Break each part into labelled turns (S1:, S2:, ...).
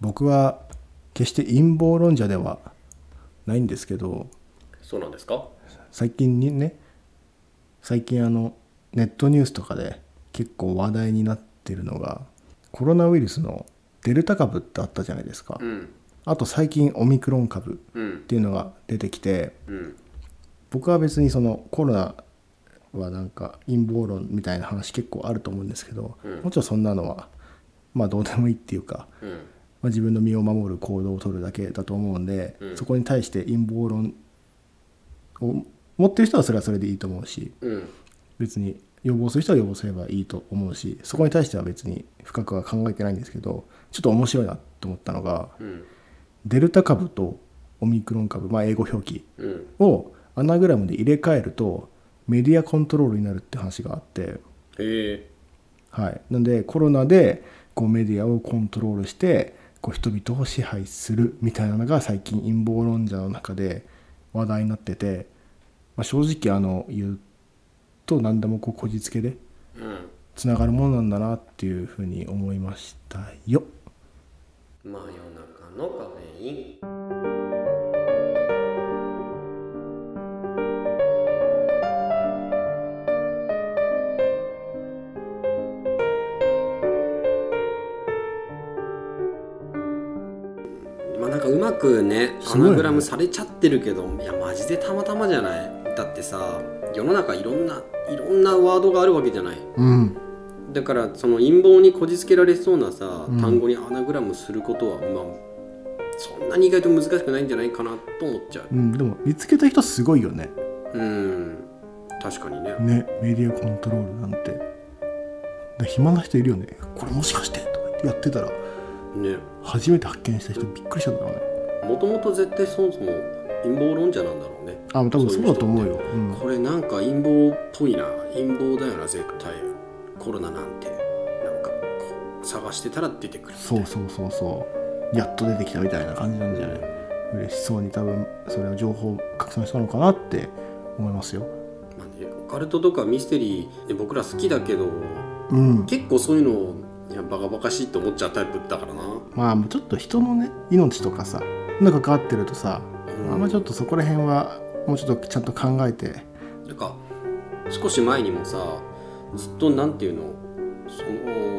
S1: 僕は決して陰謀論者ではないんですけど
S2: そうなんですか
S1: 最近にね最近あのネットニュースとかで結構話題になってるのがコロナウイルスのデルタ株ってあったじゃないですか、
S2: うん
S1: あと最近オミクロン株
S2: うん
S1: っていうのが出てきて
S2: うん
S1: 僕は別にそのコロナはなんか陰謀論みたいな話結構あると思うんですけど、
S2: うん
S1: もちろんそんなのはまあどうでもいいっていうか、
S2: うん
S1: まあ、自分の身を守る行動を取るだけだと思うんで、
S2: うん
S1: そこに対して陰謀論を持ってる人はそれはそれでいいと思うし
S2: うん
S1: 別に予防する人は予防すればいいと思うしそこに対しては別に深くは考えてないんですけどちょっと面白いなと思ったのが
S2: うん
S1: デルタ株とオミクロン株、まあ、英語表記
S2: うん
S1: をアナグラムで入れ替えるとメディアコントロールになるって話があって、
S2: へえ
S1: はい、なのでコロナでこうメディアをコントロールしてこう人々を支配するみたいなのが最近陰謀論者の中で話題になってて、まあ、正直あの言うと何でもこうこじつけで
S2: うん
S1: つながるものなんだなっていうふうに思いましたよ。
S2: 真夜中のカフェインまあなんかうまくね
S1: す
S2: ア
S1: ごいね
S2: ナグラムされちゃってるけどい,、やマジでたまたまじゃないだってさ世の中いろんないろんなワードがあるわけじゃない
S1: うん、
S2: だからその陰謀にこじつけられそうなさ、
S1: うん
S2: 単語にアナグラムすることはまあそんなに意外と難しくないんじゃないかなと思っちゃう
S1: うん、でも見つけた人すごいよね。
S2: うん確かにね
S1: ねメディアコントロールなんてだから暇な人いるよねこれもしかしてとか言ってやってたら
S2: ね
S1: 初めて発見した人びっくりしたんだろうね
S2: もともと絶対そもそも陰謀論者なんだろうね
S1: あ多分そうだと思うようん
S2: これなんか陰謀っぽいな陰謀だよな絶対コロナなんてなんかこう探してたら出てくる
S1: そうそうそうそうやっと出てきたみたいな感じなんじゃない嬉しそうに多分それを情報を拡散したのかなって思いますよ
S2: まあね、オカルトとかミステリー、ね、僕ら好きだけど
S1: うん
S2: 結構そういうのいやバカバカしいって思っちゃうタイプだからな
S1: まあちょっと人のね命とかさなんか関わってるとさ、あんまちょっとそこら辺はもうちょっとちゃんと考えて
S2: なんか少し前にもさずっとなんていうのそ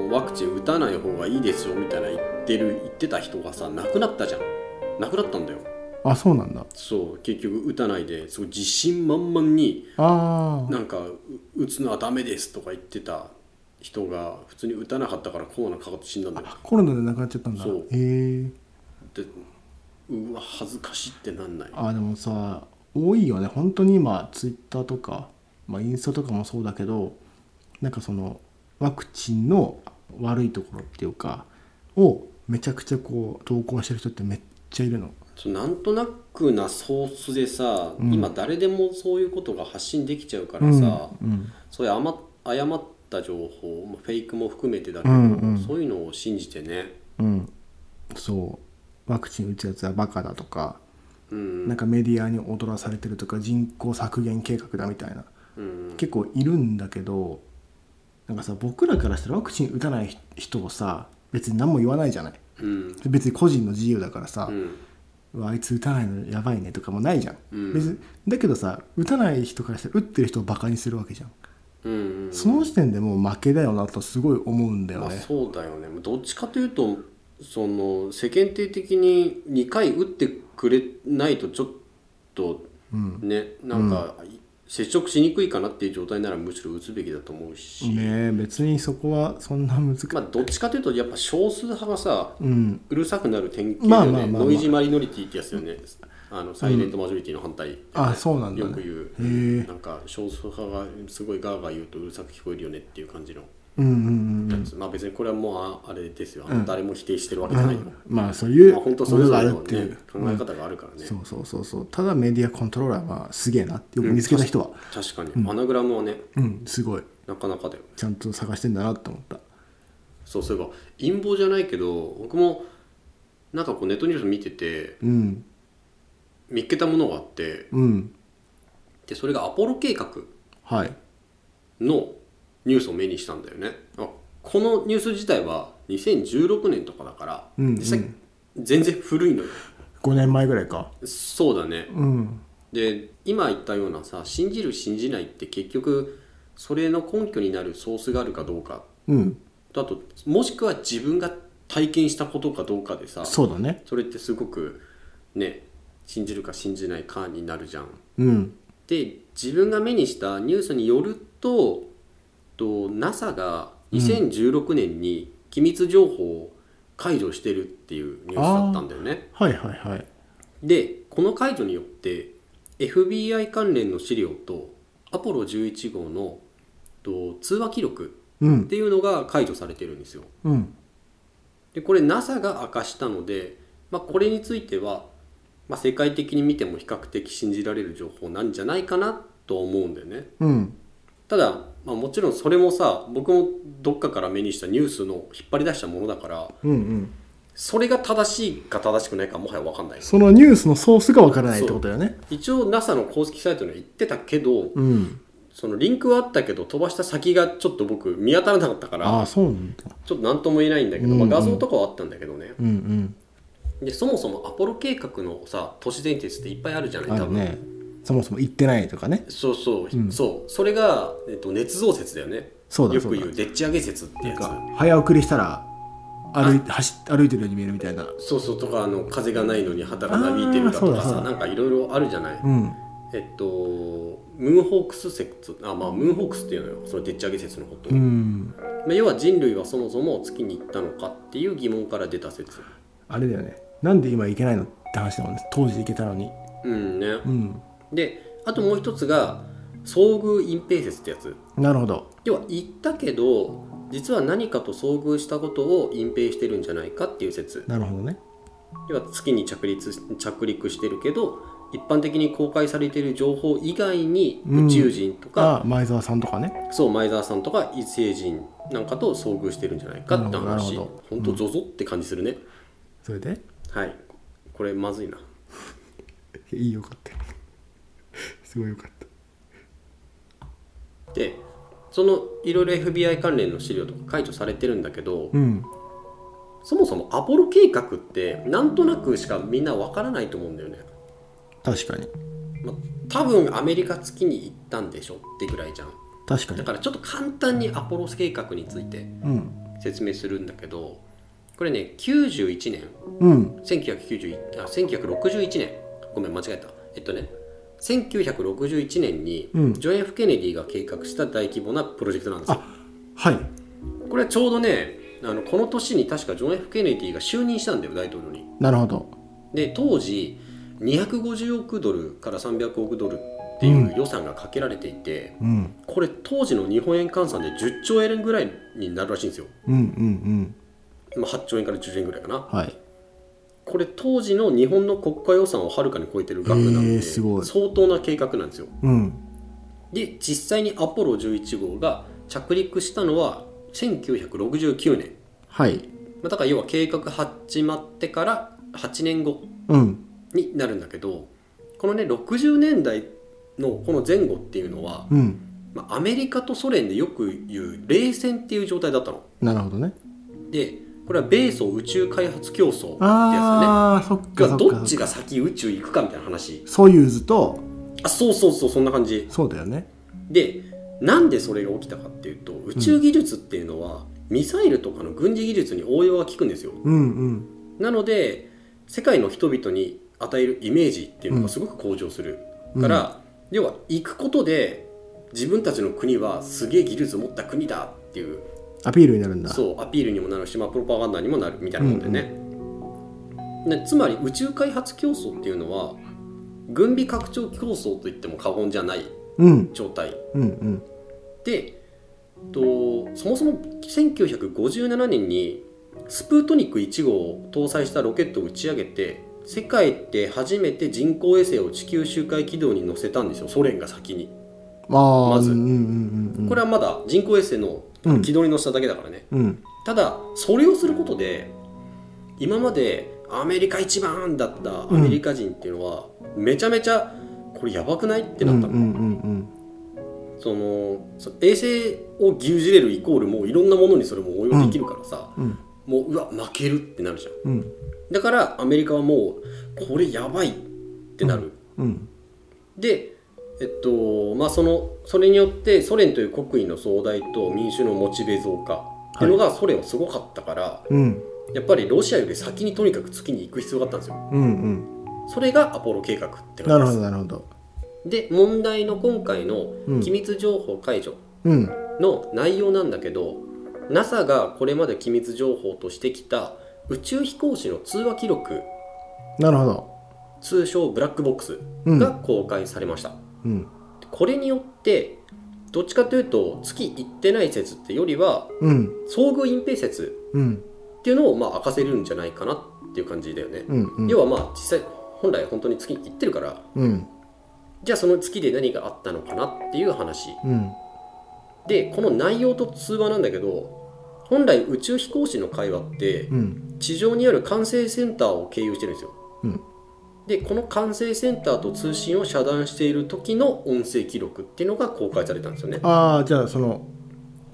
S2: のワクチン打たない方がいいですよみたいな言ってる言ってた人がさ亡くなったじゃん亡くなったんだよ
S1: あそうなんだ
S2: そう結局打たないですごい自信満々に
S1: ああ
S2: なんかう打つのはダメですとか言ってた人が普通に打たなかったからコロナかかって死んだんだよ
S1: コロナで亡くなっちゃったんだ
S2: そう
S1: へえ
S2: でうわ恥ずかしいってなんない
S1: あでもさ多いよね本当に今ツイッターとか、まあ、インスタとかもそうだけどなんかそのワクチンの悪いところっていうかをめちゃくちゃこう投稿してる人ってめっちゃいるの
S2: そうなんとなくなソースでさ、
S1: うん
S2: 今誰でもそういうことが発信できちゃうからさ、
S1: うん
S2: そういう誤誤った情報、まあフェイクも含めてだけ
S1: う
S2: ど、
S1: んうん
S2: そういうのを信じてね、
S1: うんそうワクチン打つやつはバカだとか、
S2: うん
S1: なんかメディアに踊らされてるとか人口削減計画だみたいな
S2: うん
S1: 結構いるんだけどなんかさ僕らからしたらワクチン打たない人をさ別に何も言わないじゃない
S2: うん
S1: 別に個人の自由だから
S2: う
S1: さ、
S2: ん
S1: うわあいつ打たないのやばいねとかもないじゃん、
S2: うん
S1: 別にだけどさ打たない人からしたら打ってる人をバカにするわけじゃん、
S2: うん
S1: その時点でもう負けだよなとすごい思うんだよ
S2: まあ、
S1: ね、
S2: そうだよねどっちかというとその世間体的に2回打ってくれないとちょっと
S1: うん
S2: ねなんか、接触しにくいかなっていう状態ならむしろ打つべきだと思うし、
S1: ねえ別にそこはそんな難しい、
S2: まあ、どっちかというとやっぱ少数派がさ
S1: うん
S2: うるさくなる典型
S1: まあ
S2: だよね、
S1: まあまあまあ
S2: ノイジーマリノリティってやつだよねあのサイレントマジョリティの反対、
S1: あそうなんだ、
S2: よ
S1: ね、
S2: く
S1: へ
S2: 言う、
S1: え
S2: なんか少数派がすごいガーガー言うとうるさく聞こえるよねっていう感じの
S1: うんうんう
S2: や
S1: ん
S2: つ、まあ別にこれはもうああれですよ、
S1: うん
S2: 誰も否定してるわけ
S1: う
S2: じゃないよ、
S1: んまあそういう
S2: まあ本当
S1: も
S2: それ
S1: の
S2: ぞ
S1: があ
S2: れ
S1: る
S2: の、
S1: ってい
S2: ね
S1: う、、
S2: 考え方があるからね、
S1: そうそうそうそうただメディアコントローラーはすげえなってよく見つけた人は
S2: 確かに、アナグラムはね
S1: うんすごい
S2: なかなかだよ
S1: ちゃんと探してんだなって思った
S2: そうそういえば陰謀じゃないけど僕もなんかこうネットニュース見てて
S1: うん
S2: 見っけたものがあって
S1: うん
S2: でそれがアポロ計画
S1: はい
S2: のニュースを目にしたんだよねあこのニュース自体は2016年とかだから、
S1: うんうん
S2: 実際全然古いのよ
S1: 5年前ぐらいか
S2: そうだね
S1: うん
S2: で今言ったようなさ信じる信じないって結局それの根拠になるソースがあるかどうか
S1: うん
S2: とあともしくは自分が体験したことかどうかでさ
S1: そうだね
S2: それってすごくね信じるか信じないかになるじゃん。
S1: うん
S2: で自分が目にしたニュースによるとと NASA が2016年に機密情報を解除してるっていうニュースだったんだよね。
S1: はいはいはい
S2: でこの解除によって FBI 関連の資料とアポロ11号のと通話記録
S1: うん
S2: っていうのが解除されてるんですよ。
S1: うん
S2: でこれ NASA が明かしたので、まあ、これについては、まあ、世界的に見ても比較的信じられる情報なんじゃないかなと思うんだよね
S1: うん
S2: ただ、まあ、もちろんそれもさ僕もどっかから目にしたニュースの引っ張り出したものだから
S1: うんうん
S2: それが正しいか正しくないかもはや分かんない
S1: そのニュースのソースがわからないってことだよね
S2: 一応 NASA の公式サイトには言ってたけど
S1: うん
S2: そのリンクはあったけど飛ばした先がちょっと僕見当たらなかった
S1: あ
S2: か
S1: あ
S2: ら
S1: ーそうなんだ
S2: ちょっと何とも言えないんだけど、
S1: うん
S2: ま
S1: う
S2: あ、
S1: ん
S2: 画像とかはあったんだけどね、
S1: うん
S2: でそもそもアポロ計画のさ都市伝説っていっぱいあるじゃ
S1: う
S2: なんい
S1: あ
S2: 多
S1: る
S2: 分、
S1: ねそもそも行ってないとかね
S2: そうそ
S1: う
S2: う、
S1: ん
S2: そうそれが、えっと、捏造説だよね
S1: そうだ
S2: よ
S1: そ
S2: く
S1: うだ
S2: 言うでっち上げ説って
S1: なん
S2: や
S1: か
S2: つ
S1: 早送りしたら歩い走っ歩いてるように見えるみたいな
S2: そうそうとかあの風がないのに旗がなびいてるだと
S1: あー
S2: か
S1: そうだそ
S2: さ
S1: うだ
S2: なんかいろいろあるじゃない、
S1: うん
S2: えっとムーンホークス説あまあムーンホークスっていうのよそのでっち上げ説のこと、
S1: うん
S2: まあ、要は人類はそもそも月に行ったのかっていう疑問から出た説
S1: あれだよねなんで今行けないのって話だもんね当時行けたのに
S2: うんね
S1: うん
S2: であともう一つが遭遇隠蔽説ってやつ
S1: なるほど
S2: 要は言ったけど実は何かと遭遇したことを隠蔽してるんじゃないかっていう説
S1: なるほどね
S2: 要は月に着陸着陸してるけど一般的に公開されている情報以外に
S1: うん
S2: 宇宙人とか、
S1: あ前澤さんとかね
S2: そう前澤さんとか異星人なんかと遭遇してるんじゃないかって
S1: なるほど
S2: 話
S1: なる
S2: ほ
S1: ほど
S2: んとゾゾって感じするね、
S1: それで
S2: はいこれまずいない
S1: いよかった すごいよかった
S2: でそのいろいろ FBI 関連の資料とか解除されてるんだけど、
S1: うん
S2: そもそもアポロ計画ってなんとなくしかみんなわからないと思うんだよね
S1: 確かに
S2: まあ、多分アメリカ月に行ったんでしょってぐらいじゃん
S1: 確か
S2: だからちょっと簡単にアポロ計画について
S1: うん
S2: 説明するんだけどこれね91年
S1: うん
S2: 1991あ1961年ごめん間違えたえっとね1961年に
S1: うん
S2: ジョン・ F ・ケネディが計画した大規模なプロジェクトなんですよ
S1: はい
S2: これはちょうどねあのこの年に確かジョン・ F ・ケネディが就任したんだよ大統領に
S1: なるほど
S2: で当時250億ドルから300億ドルっていう予算がかけられていて、
S1: うん
S2: これ当時の日本円換算で10兆円ぐらいになるらしいんですよ、
S1: うんうんうん
S2: まあ、8兆円から10兆円ぐらいかな
S1: はい
S2: これ当時の日本の国家予算をはるかに超えてる額な
S1: へ
S2: の
S1: ー
S2: です
S1: ごい
S2: 相当な計画なんですよ
S1: うん
S2: で実際にアポロ11号が着陸したのは1969年、
S1: はい
S2: まあ、だから要は計画始まってから8年後
S1: うん
S2: になるんだけどこのね60年代のこの前後っていうのは、
S1: うん
S2: まあ、アメリカとソ連でよく言う冷戦っていう状態だったの
S1: なるほどね
S2: でこれは米ソ宇宙開発競争ってや
S1: ああそっ
S2: つだ
S1: かそっか
S2: ねがどっち
S1: そっか
S2: が先宇宙行くかみたいな話
S1: ソユーズと
S2: あそうそうそうそんな感じ
S1: そうだよね
S2: でなんでそれが起きたかっていうと宇宙技術っていうのは、ミサイルとかの軍事技術に応用が効くんですよ
S1: うんうん
S2: なので世界の人々に与えるイメージっていうのがすごく向上する、
S1: うん
S2: から要は行くことで自分たちの国はすげえ技術持った国だっていう
S1: アピールになるんだ
S2: そうアピールにもなるし、まあ、プロパガンダにもなるみたいなもんでね、ねつまり宇宙開発競争っていうのは軍備拡張競争といっても過言じゃない
S1: うん
S2: 状態
S1: うんうん
S2: でとそもそも1957年にスプートニック1号を搭載したロケットを打ち上げて世界で初めて人工衛星を地球周回軌道に乗せたんですよソ連が先に
S1: ああ
S2: まず
S1: うんうんうんうん
S2: これはまだ人工衛星の
S1: うん
S2: 軌道に乗せただけだからね、
S1: うん
S2: ただそれをすることで今までアメリカ一番だったアメリカ人っていうのは、めちゃめちゃこれやばくないってなったの、
S1: うんうんうん
S2: そのそ衛星を牛耳れるイコールもういろんなものにそれも応用できるからさ、
S1: うん
S2: もううわ負けるってなるじゃん
S1: うん
S2: だからアメリカはもうこれやばいってなる、
S1: うん
S2: でえっとまあそのそれによってソ連という国威の壮大と民主のモチベ増加っていうのがソ連はすごかったから、
S1: うん
S2: やっぱりロシアより先にとにかく月に行く必要があったんですよ
S1: うん
S2: それがアポロ計画って
S1: うんな
S2: 感
S1: るほ
S2: じです
S1: どなるほど
S2: で問題の今回の
S1: うん
S2: 機密情報解除
S1: うん
S2: の内容なんだけど、NASA がこれまで機密情報としてきた宇宙飛行士の通話記録
S1: なるほど
S2: 通称ブラックボックス
S1: うん
S2: が公開されました、
S1: うん
S2: これによってどっちかというと月行ってない説ってよりは
S1: うん
S2: 遭遇隠蔽説
S1: うん
S2: っていうのをまあ明かせるんじゃないかなっていう感じだよね、
S1: うんうん
S2: 要はまあ実際本来本当に月に行ってるから
S1: うん
S2: じゃあその月で何があったのかなっていう話
S1: うん
S2: でこの内容と通話なんだけど本来宇宙飛行士の会話って
S1: うん
S2: 地上にある管制センターを経由してるんですよ、
S1: うん
S2: でこの管制センターと通信を遮断している時の音声記録っていうのが公開されたんですよね
S1: ああじゃあその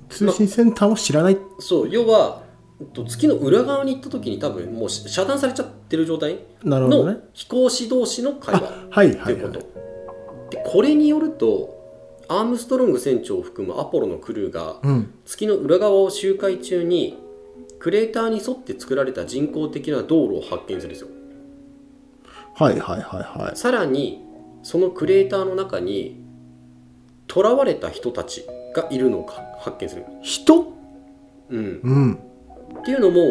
S1: 通信センターを知らない
S2: そう要はえっと月の裏側に行った時に多分もうし遮断されちゃってる状態
S1: なるほどね
S2: の飛行士同士の会話
S1: はい
S2: っ
S1: は
S2: てい
S1: いう
S2: こ
S1: は
S2: と、
S1: い
S2: でこれによるとアームストロング船長を含むアポロのクルーが
S1: うん
S2: 月の裏側を周回中にクレーターに沿って作られた人工的な道路を発見するんですよ
S1: はいはいはいはい
S2: さらにそのクレーターの中に囚われた人たちがいるのか発見する、
S1: 人
S2: うん、
S1: うん
S2: っていうのも、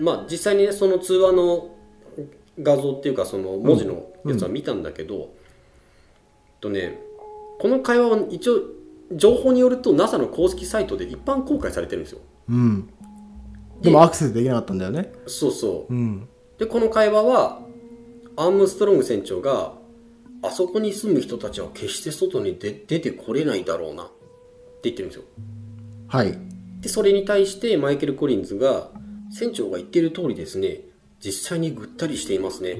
S2: まあ、実際にねその通話の画像っていうかその文字のやつは見たんだけど、とねこの会話は一応情報によると NASA の公式サイトで一般公開されてるんですよ
S1: うん
S2: で
S1: でもアクセスできなかったんだよね
S2: そうそう
S1: うん
S2: でこの会話はアームストロング船長があそこに住む人たちは決して外に出出てこれないだろうなって言ってるんですよ
S1: はい
S2: でそれに対してマイケル・コリンズが船長が言っている通りですね実際にぐったりしていますね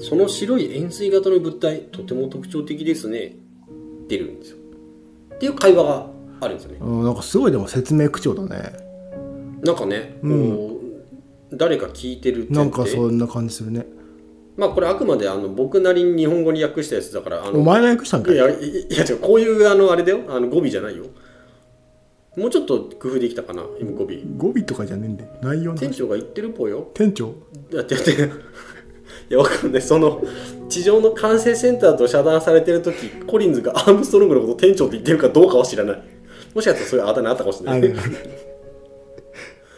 S2: その白い円錐型の物体とても特徴的ですね出るんですよっていう会話があるんですよね
S1: うんなんかすごいでも説明口調だね
S2: なんかねこう、誰か聞いてる
S1: なんか
S2: 前提
S1: そんな感じするね
S2: まあこれあくまであの僕なりに日本語に訳したやつだからあ
S1: お
S2: の
S1: 前が訳したんか
S2: い
S1: い
S2: やいやいや違うこういうあのあれだよあの語尾じゃないよもうちょっと工夫できたかな今語尾
S1: 語尾とかじゃねえんだよ内容の
S2: 店
S1: 話
S2: 長が言ってるっぽいよ
S1: 店長
S2: だってだ っていやわかんないその地上の管制センターと遮断されてる時コリンズがアームストロングのこと店長って言ってるかどうかは知らないもしかしたらそういうあだ名あったかもしれ な
S1: あ
S2: い
S1: なるほどね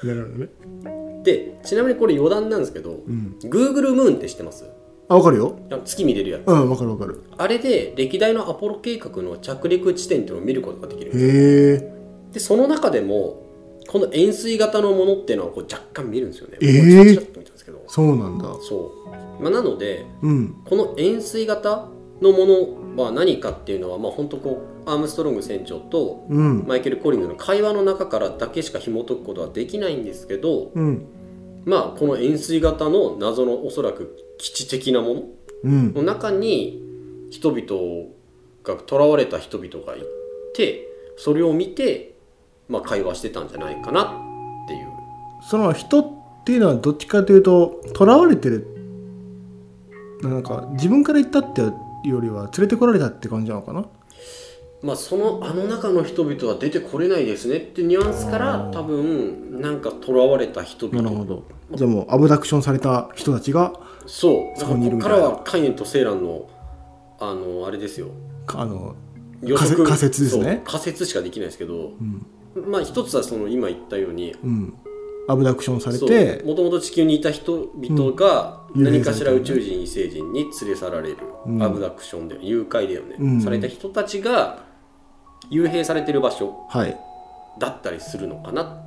S1: なるほどね
S2: でちなみにこれ余談なんですけど、Google ムーンって知ってます
S1: あわかるよ
S2: あの月見れるやつ
S1: うんわかるわかる
S2: あれで歴代のアポロ計画の着陸地点っていうのを見ることができる
S1: へえ
S2: でその中でもこの円錐型のものっていうのはこう若干見るんですよね、
S1: えー
S2: これちらっと見たんですけど
S1: そうなんだ
S2: そう、まあ、なので
S1: うん
S2: この円錐型のものは何かっていうのは、まあ、本当こうアームストロング船長と
S1: うん
S2: マイケル・コリンズの会話の中からだけしか紐解くことはできないんですけど、
S1: うん
S2: まあ、この円錐型の謎のおそらく基地的なも
S1: うん
S2: のの中に人々が囚われた人々がいてそれを見て、まあ、会話してたんじゃないかなっていう
S1: その人っていうのはどっちかというと囚われてるなんか自分から行ったっていうよりは連れてこられたって感じなのかな
S2: まあ、そのあの中の人々は出てこれないですねってニュアンスから多分なんか囚われた人々
S1: なるほどじゃあもうアブダクションされた人たちが
S2: そうだ
S1: そ
S2: か
S1: こ
S2: ら
S1: にい
S2: こ
S1: るみ
S2: こ
S1: た
S2: か
S1: いな
S2: らはカイエンとセイランのあのあれですよ
S1: かあの
S2: 予
S1: 仮仮説ですね
S2: そう仮説しかできないですけど、
S1: ん
S2: まあ一つはその今言ったように
S1: うんアブダクションされて
S2: もともと地球にいた人々が
S1: うん
S2: 何かしら宇宙人異星人に連れ去られる、
S1: うん
S2: アブダクションで誘拐だよね、
S1: うん
S2: された人たちが幽閉されてる場所
S1: はい
S2: だったりするのかなっ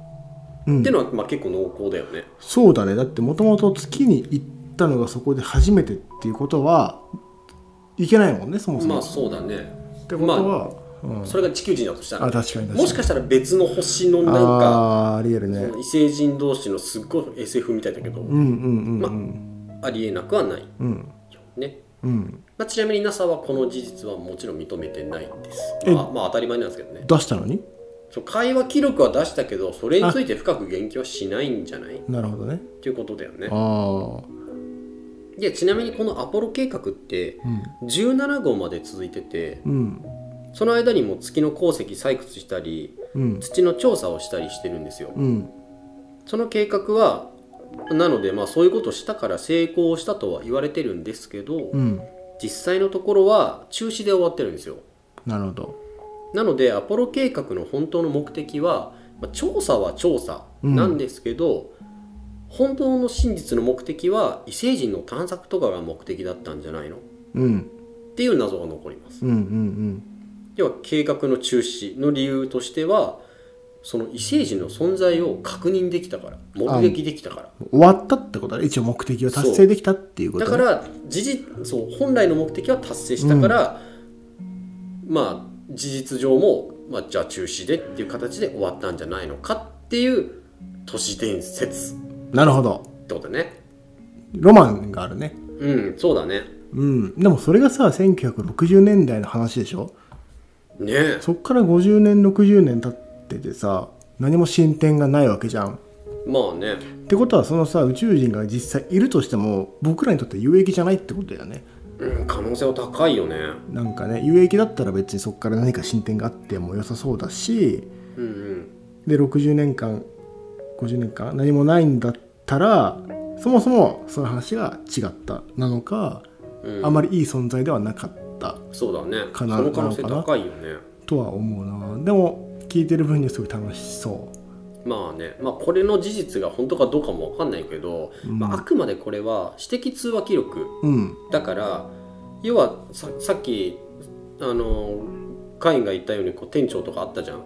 S1: うん
S2: ていうのは、まあ、結構濃厚だよね
S1: そうだねだってもともと月に行ったのがそこで初めてっていうことはいけないもんねそもそも、
S2: まあそうだね
S1: ってことは、うん
S2: それが地球人だとしたら
S1: あ確かに確かに
S2: もしかしたら別の星のなん
S1: あー
S2: か
S1: ありえるね
S2: 異星人同士のすっごい SF みたいだけど、
S1: うんうんうんうん
S2: ありえなくはないよ
S1: うん
S2: ね、
S1: うん
S2: まあ、ちなみに NASA はこの事実はもちろん認めてないです
S1: え
S2: まあ、まあ当たり前なんですけどね
S1: 出したのに
S2: そう会話記録は出したけどそれについて深く言及はしないんじゃないっ
S1: なるほどね
S2: ていうことだよね
S1: ああ
S2: でちなみにこのアポロ計画って17号まで続いてて
S1: うん
S2: その間にも月の鉱石採掘したり
S1: うん
S2: 土の調査をしたりしてるんですよ
S1: うん
S2: その計画はなのでまあそういうことをしたから成功したとは言われてるんですけど、
S1: うん
S2: 実際のところは中止で終わってるんですよ
S1: なるほど
S2: なのでアポロ計画の本当の目的は、まあ調査は調査
S1: うん
S2: なんですけど、本当の真実の目的は異星人の探索とかが目的だったんじゃないのっ
S1: うん
S2: ていう謎が残ります
S1: うんうん
S2: 要は計画の中止の理由としてはその異星人の存在を確認できたから目撃できたから
S1: うん終わったってことだね一応目的を達成できたっていうこと
S2: だ
S1: ね
S2: から事実そう本来の目的は達成したから、まあ事実上も、まあ、じゃあ中止でっていう形で終わったんじゃないのかっていう都市伝説っ
S1: なるほど
S2: てことね
S1: ロマンがあるね
S2: うんそうだね
S1: うんでもそれがさ1960年代の話でしょ
S2: ねえ
S1: そっから50年60年経っててさ何も進展がないわけじゃん
S2: まあね
S1: ってことはそのさ宇宙人が実際いるとしても僕らにとっては有益じゃないってことだよね
S2: うん可能性は高いよね
S1: なんかね有益だったら別にそこから何か進展があっても良さそうだし
S2: うんうん
S1: で60年間50年間何もないんだったらそもそもその話が違ったなのか、
S2: うん
S1: あまりいい存在ではなかった
S2: そうだね
S1: か
S2: そ
S1: な
S2: の可能性
S1: なのか
S2: 高いよね
S1: とは思うなでも聞いてる分にはすごい楽しそう
S2: まあねまあこれの事実が本当かどうかも分かんないけど、まあ、あくまでこれは私的通話記録
S1: うん
S2: だから要はささっきあのカインが言ったようにこう店長とかあったじゃん。い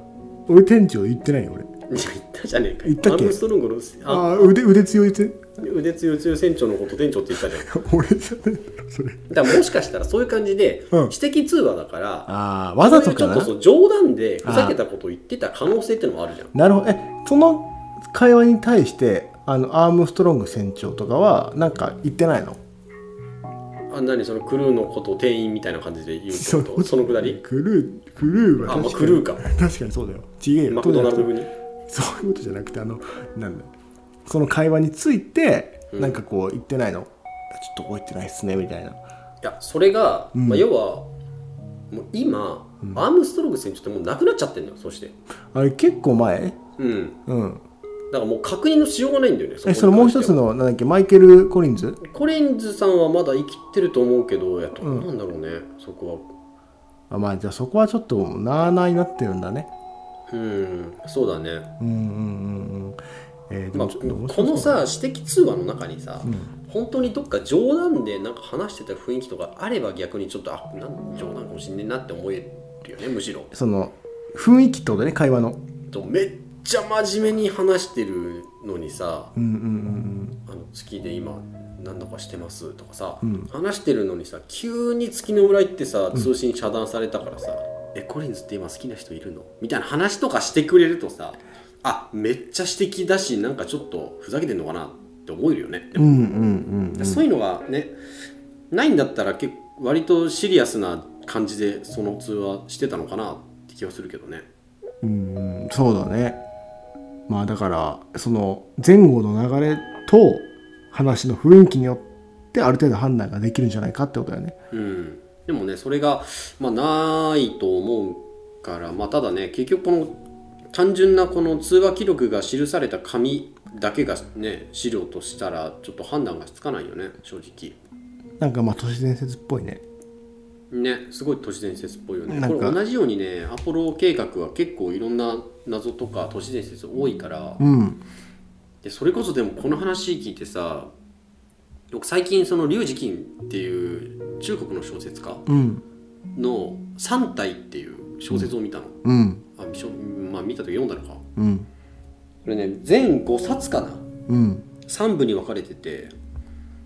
S1: 俺店長言ってないよ俺
S2: や言ったじゃねえか。
S1: 言ったっけ
S2: アームストロングのあ
S1: ああー腕腕強いって
S2: 腕強い強い船長のこと店長って言ったじゃん。
S1: 俺じゃないだろそれ
S2: だからもしかしたらそういう感じで、
S1: うん
S2: 私的通話だから
S1: ああわざとか
S2: そういうちょ
S1: な
S2: っとそう冗談でふざけたことを言ってた可能性ってのもあるじゃん。
S1: なるほどえその会話に対してあのアームストロング船長とかはなんか言ってないの
S2: あ何そのクルーのことを店員みたいな感じで言うってこ
S1: そう
S2: とそのくだり
S1: クルークルーは
S2: あ、まあ、
S1: 確か
S2: ク
S1: に
S2: ルーか。
S1: 確かにそうだよ違えよ
S2: マクドナルド
S1: そうじゃなく
S2: に。
S1: てそういうことじゃなくてあのなんだその会話についてなんかこう言ってないの、ちょっと覚えてないっすねみたいない
S2: やそれが、
S1: ん
S2: まあ、要はもう今、アームストロング選手ってもうなくなっちゃってるのよそして
S1: あれ結構前
S2: うん
S1: うん
S2: だからもう確認のしようがないんだよね
S1: えそれもう一つ
S2: の
S1: のなんだっけマイケル・コリンズ
S2: コリンズさんはまだ生きてると思うけどいやどうなんだろうね、そこ
S1: あまあじゃあそこはちょっとなあなあになってるんだね
S2: はうんそうだね、
S1: うんうんうんうんえー、で
S2: まあ、
S1: も
S2: こ
S1: ちょっと面白そうだな
S2: のさ私的通話の中にさ、本当にどっか冗談でなんか話してた雰囲気とかあれば逆にちょっとあなん冗談かもしんねえなって思えるよねむしろ
S1: その雰囲気ってことね会話の
S2: とめっちゃ真面目に話してるのにさ
S1: うんうんうん
S2: あの月で今何とかしてますとかさ、
S1: うん
S2: 話してるのにさ急に月の村行ってさ通信遮断されたからさ「えコリンズって今好きな人いるの?」みたいな話とかしてくれるとさあめっちゃ私的だしなんかちょっとふざけてんのかなって思えるよね、
S1: うんうんうんうん
S2: そういうのがねないんだったら結構割とシリアスな感じでその通話してたのかなって気がするけどね
S1: うんうんそうだねまあだからその前後の流れと話の雰囲気によってある程度判断ができるんじゃないかってことだよね
S2: うん、でもねそれが、まあ、ないと思うから、まあ、ただね結局この単純なこの通話記録が記された紙だけがね資料としたらちょっと判断がつかないよね正直
S1: なんかまあ都市伝説っぽいね
S2: ねすごい都市伝説っぽいよね
S1: なん
S2: こ
S1: か
S2: れ同じようにねアポロ計画は結構いろんな謎とか都市伝説多いから
S1: うん
S2: でそれこそでもこの話聞いてさ僕最近そのリュウジキンっていう中国の小説家
S1: うん
S2: の「三体」っていう小説を見たの、
S1: うん
S2: あしょまあ見た時読んだのか
S1: うん
S2: これね全5冊かな
S1: うん
S2: 3部に分かれてて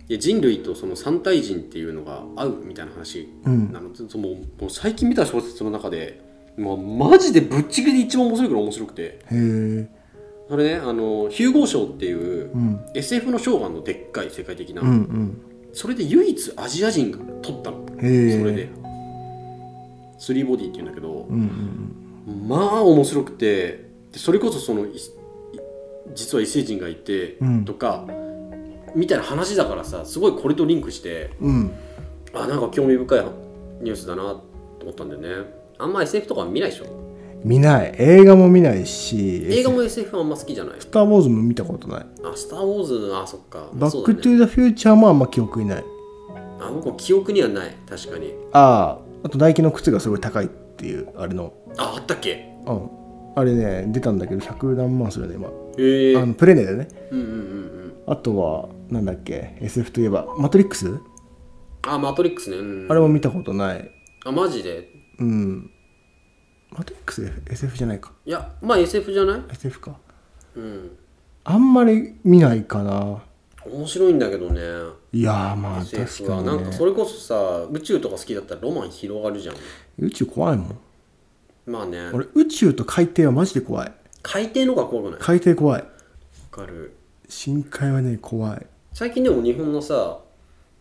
S2: で人類とその三体人っていうのが合うみたいな話
S1: うん
S2: なの、ずっともうもう最近見た小説の中でもうマジでぶっちぎりで一番面白いくらい面白くて
S1: へえ
S2: それねあのヒューゴー賞っていう、
S1: うん
S2: SF の賞があるのでっかい世界的な、
S1: うん
S2: それで唯一アジア人が取ったの
S1: うんへえ
S2: それでスリーボディっていうんだけど、
S1: うんうん
S2: まあ面白くてでそれこそそのいい実は異星人がいて
S1: うん
S2: とか、みたいな話だからさすごいこれとリンクして
S1: うん
S2: あなんか興味深いニュースだなと思ったんだよねあんま SF とか見ないでしょ
S1: 見ない映画も見ないし
S2: 映画
S1: 「
S2: も SF あんま好きじゃない
S1: スター・ウォーズ」も見たことない
S2: あスター・ウォーズあそっか
S1: 「
S2: ま
S1: バ
S2: あ
S1: ッ
S2: そうだ
S1: ク・
S2: ね
S1: トゥ・ザ・フューチャー」もあんま記憶にない
S2: あ僕も記憶にはない確かに
S1: あああと唾液の靴がすごい高いっていうあれの
S2: ああったっけ
S1: うんあれね出たんだけど100何万するね今
S2: へえ
S1: あのプレネでね
S2: うんうんうんうん
S1: あとはなんだっけ SF といえば「マトリックス」
S2: あマトリックスね、うん、
S1: あれも見たことない
S2: あマジで
S1: うんマトリックス SF じゃないか
S2: いやまあ SF じゃない
S1: SF か
S2: うん
S1: あんまり見ないかな
S2: 面白いんだけどね
S1: いやーまあ確
S2: SF
S1: か
S2: はなん
S1: に、
S2: か
S1: ね、
S2: それこそさ宇宙とか好きだったらロマン広がるじゃん
S1: 宇宙怖いもん
S2: まあね
S1: 俺宇宙と海底はマジで怖い
S2: 海底の方が怖くないわ
S1: 海底怖い
S2: かる
S1: 深海はね怖い
S2: 最近でも日本のさ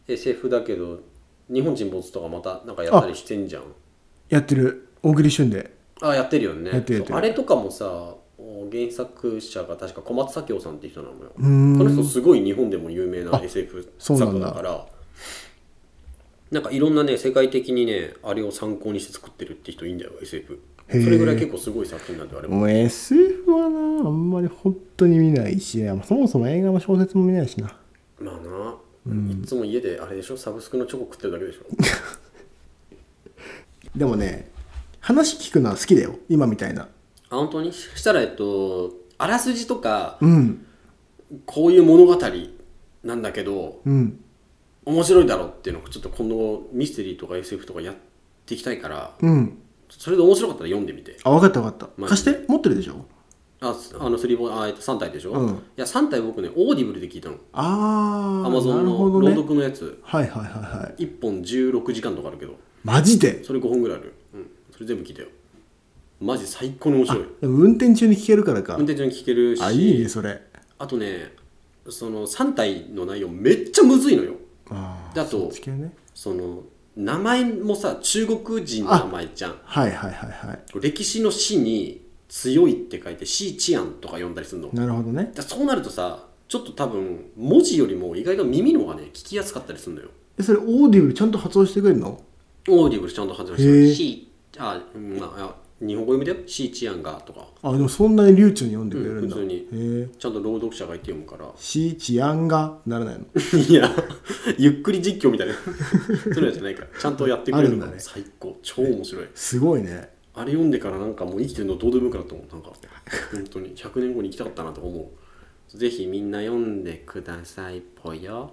S2: SF だけど日本沈没とかまたなんかやったりしてんじゃん
S1: やってる大喜利旬で
S2: あやってるよね
S1: やってるやってる
S2: そうあれとかもさ原作者が確か小松左京さんって人なのよ
S1: うー
S2: この人
S1: ん
S2: すごい日本でも有名な
S1: あ
S2: SF
S1: そう
S2: 作
S1: なんだ
S2: 家だからなんかいろんなね世界的にねあれを参考にして作ってるって人いいんだよ SF そ
S1: へー
S2: れぐらい結構すごい作品なんだよあれも
S1: もう SF はなあんまり本当に見ないしそもそも映画も小説も見ないしな
S2: まあな、いつも家であれでしょサブスクのチョコ食ってるだけでしょ
S1: でもね話聞くのは好きだよ今みたいな
S2: あ本当にそしたらえっとあらすじとか
S1: うん
S2: こういう物語なんだけど
S1: うん
S2: 面白いだろうっていうのをちょっと今後ミステリーとか SF とかやっていきたいから
S1: うん
S2: それで面白かったら読んでみて
S1: あ分かった分かった
S2: マ
S1: 貸
S2: ジ
S1: し
S2: で
S1: て持ってるでしょ
S2: あすあのスリーボあえっと3体でしょ、
S1: うん
S2: いや3体僕ねオーディブルで聞いたの
S1: ああ
S2: アマゾン
S1: なるほ
S2: の
S1: ど
S2: 朗
S1: ね
S2: 読のやつ、
S1: はいはいはいはい
S2: 1本16時間とかあるけど
S1: マジで
S2: それ5本ぐらいある、うん、それ全部聞いたよマジ最高に面白い
S1: でも運転中に聞けるからか
S2: 運転中に聞けるし
S1: あいいねそれ
S2: あとねその3体の内容めっちゃむずいのよ
S1: あ
S2: だと
S1: 地球ね
S2: その名前もさ中国人の名前じゃん
S1: はいはいはいはい
S2: 歴史の「史」に「強い」って書いて「史治安」とか読んだりするの
S1: なるほどね
S2: だそうなるとさちょっと多分文字よりも意外と耳の方がね聞きやすかったりするのよ
S1: えそれオーディブルちゃんと発音してくれるの
S2: オーディブルちゃんと発音
S1: へ
S2: し
S1: え
S2: たしあ、うんまああ、日本語読みだよ「シーチアンが」とか
S1: あでもそんなに流暢に読んでくれるんだ、
S2: うん普
S1: へえ
S2: ちゃんと朗読者がいて読むから
S1: シーチアンがならないの
S2: いやゆっくり実況みたいなそういうのじゃないからちゃんとやってくれる
S1: あるんだ
S2: の
S1: ね
S2: 最高超面白い
S1: すごいね
S2: あれ読んでからなんかもう生きてるのどうでもよくなったもんなんか本当に100年後に行きたかったなと思うぜひみんな読んでくださいぽよ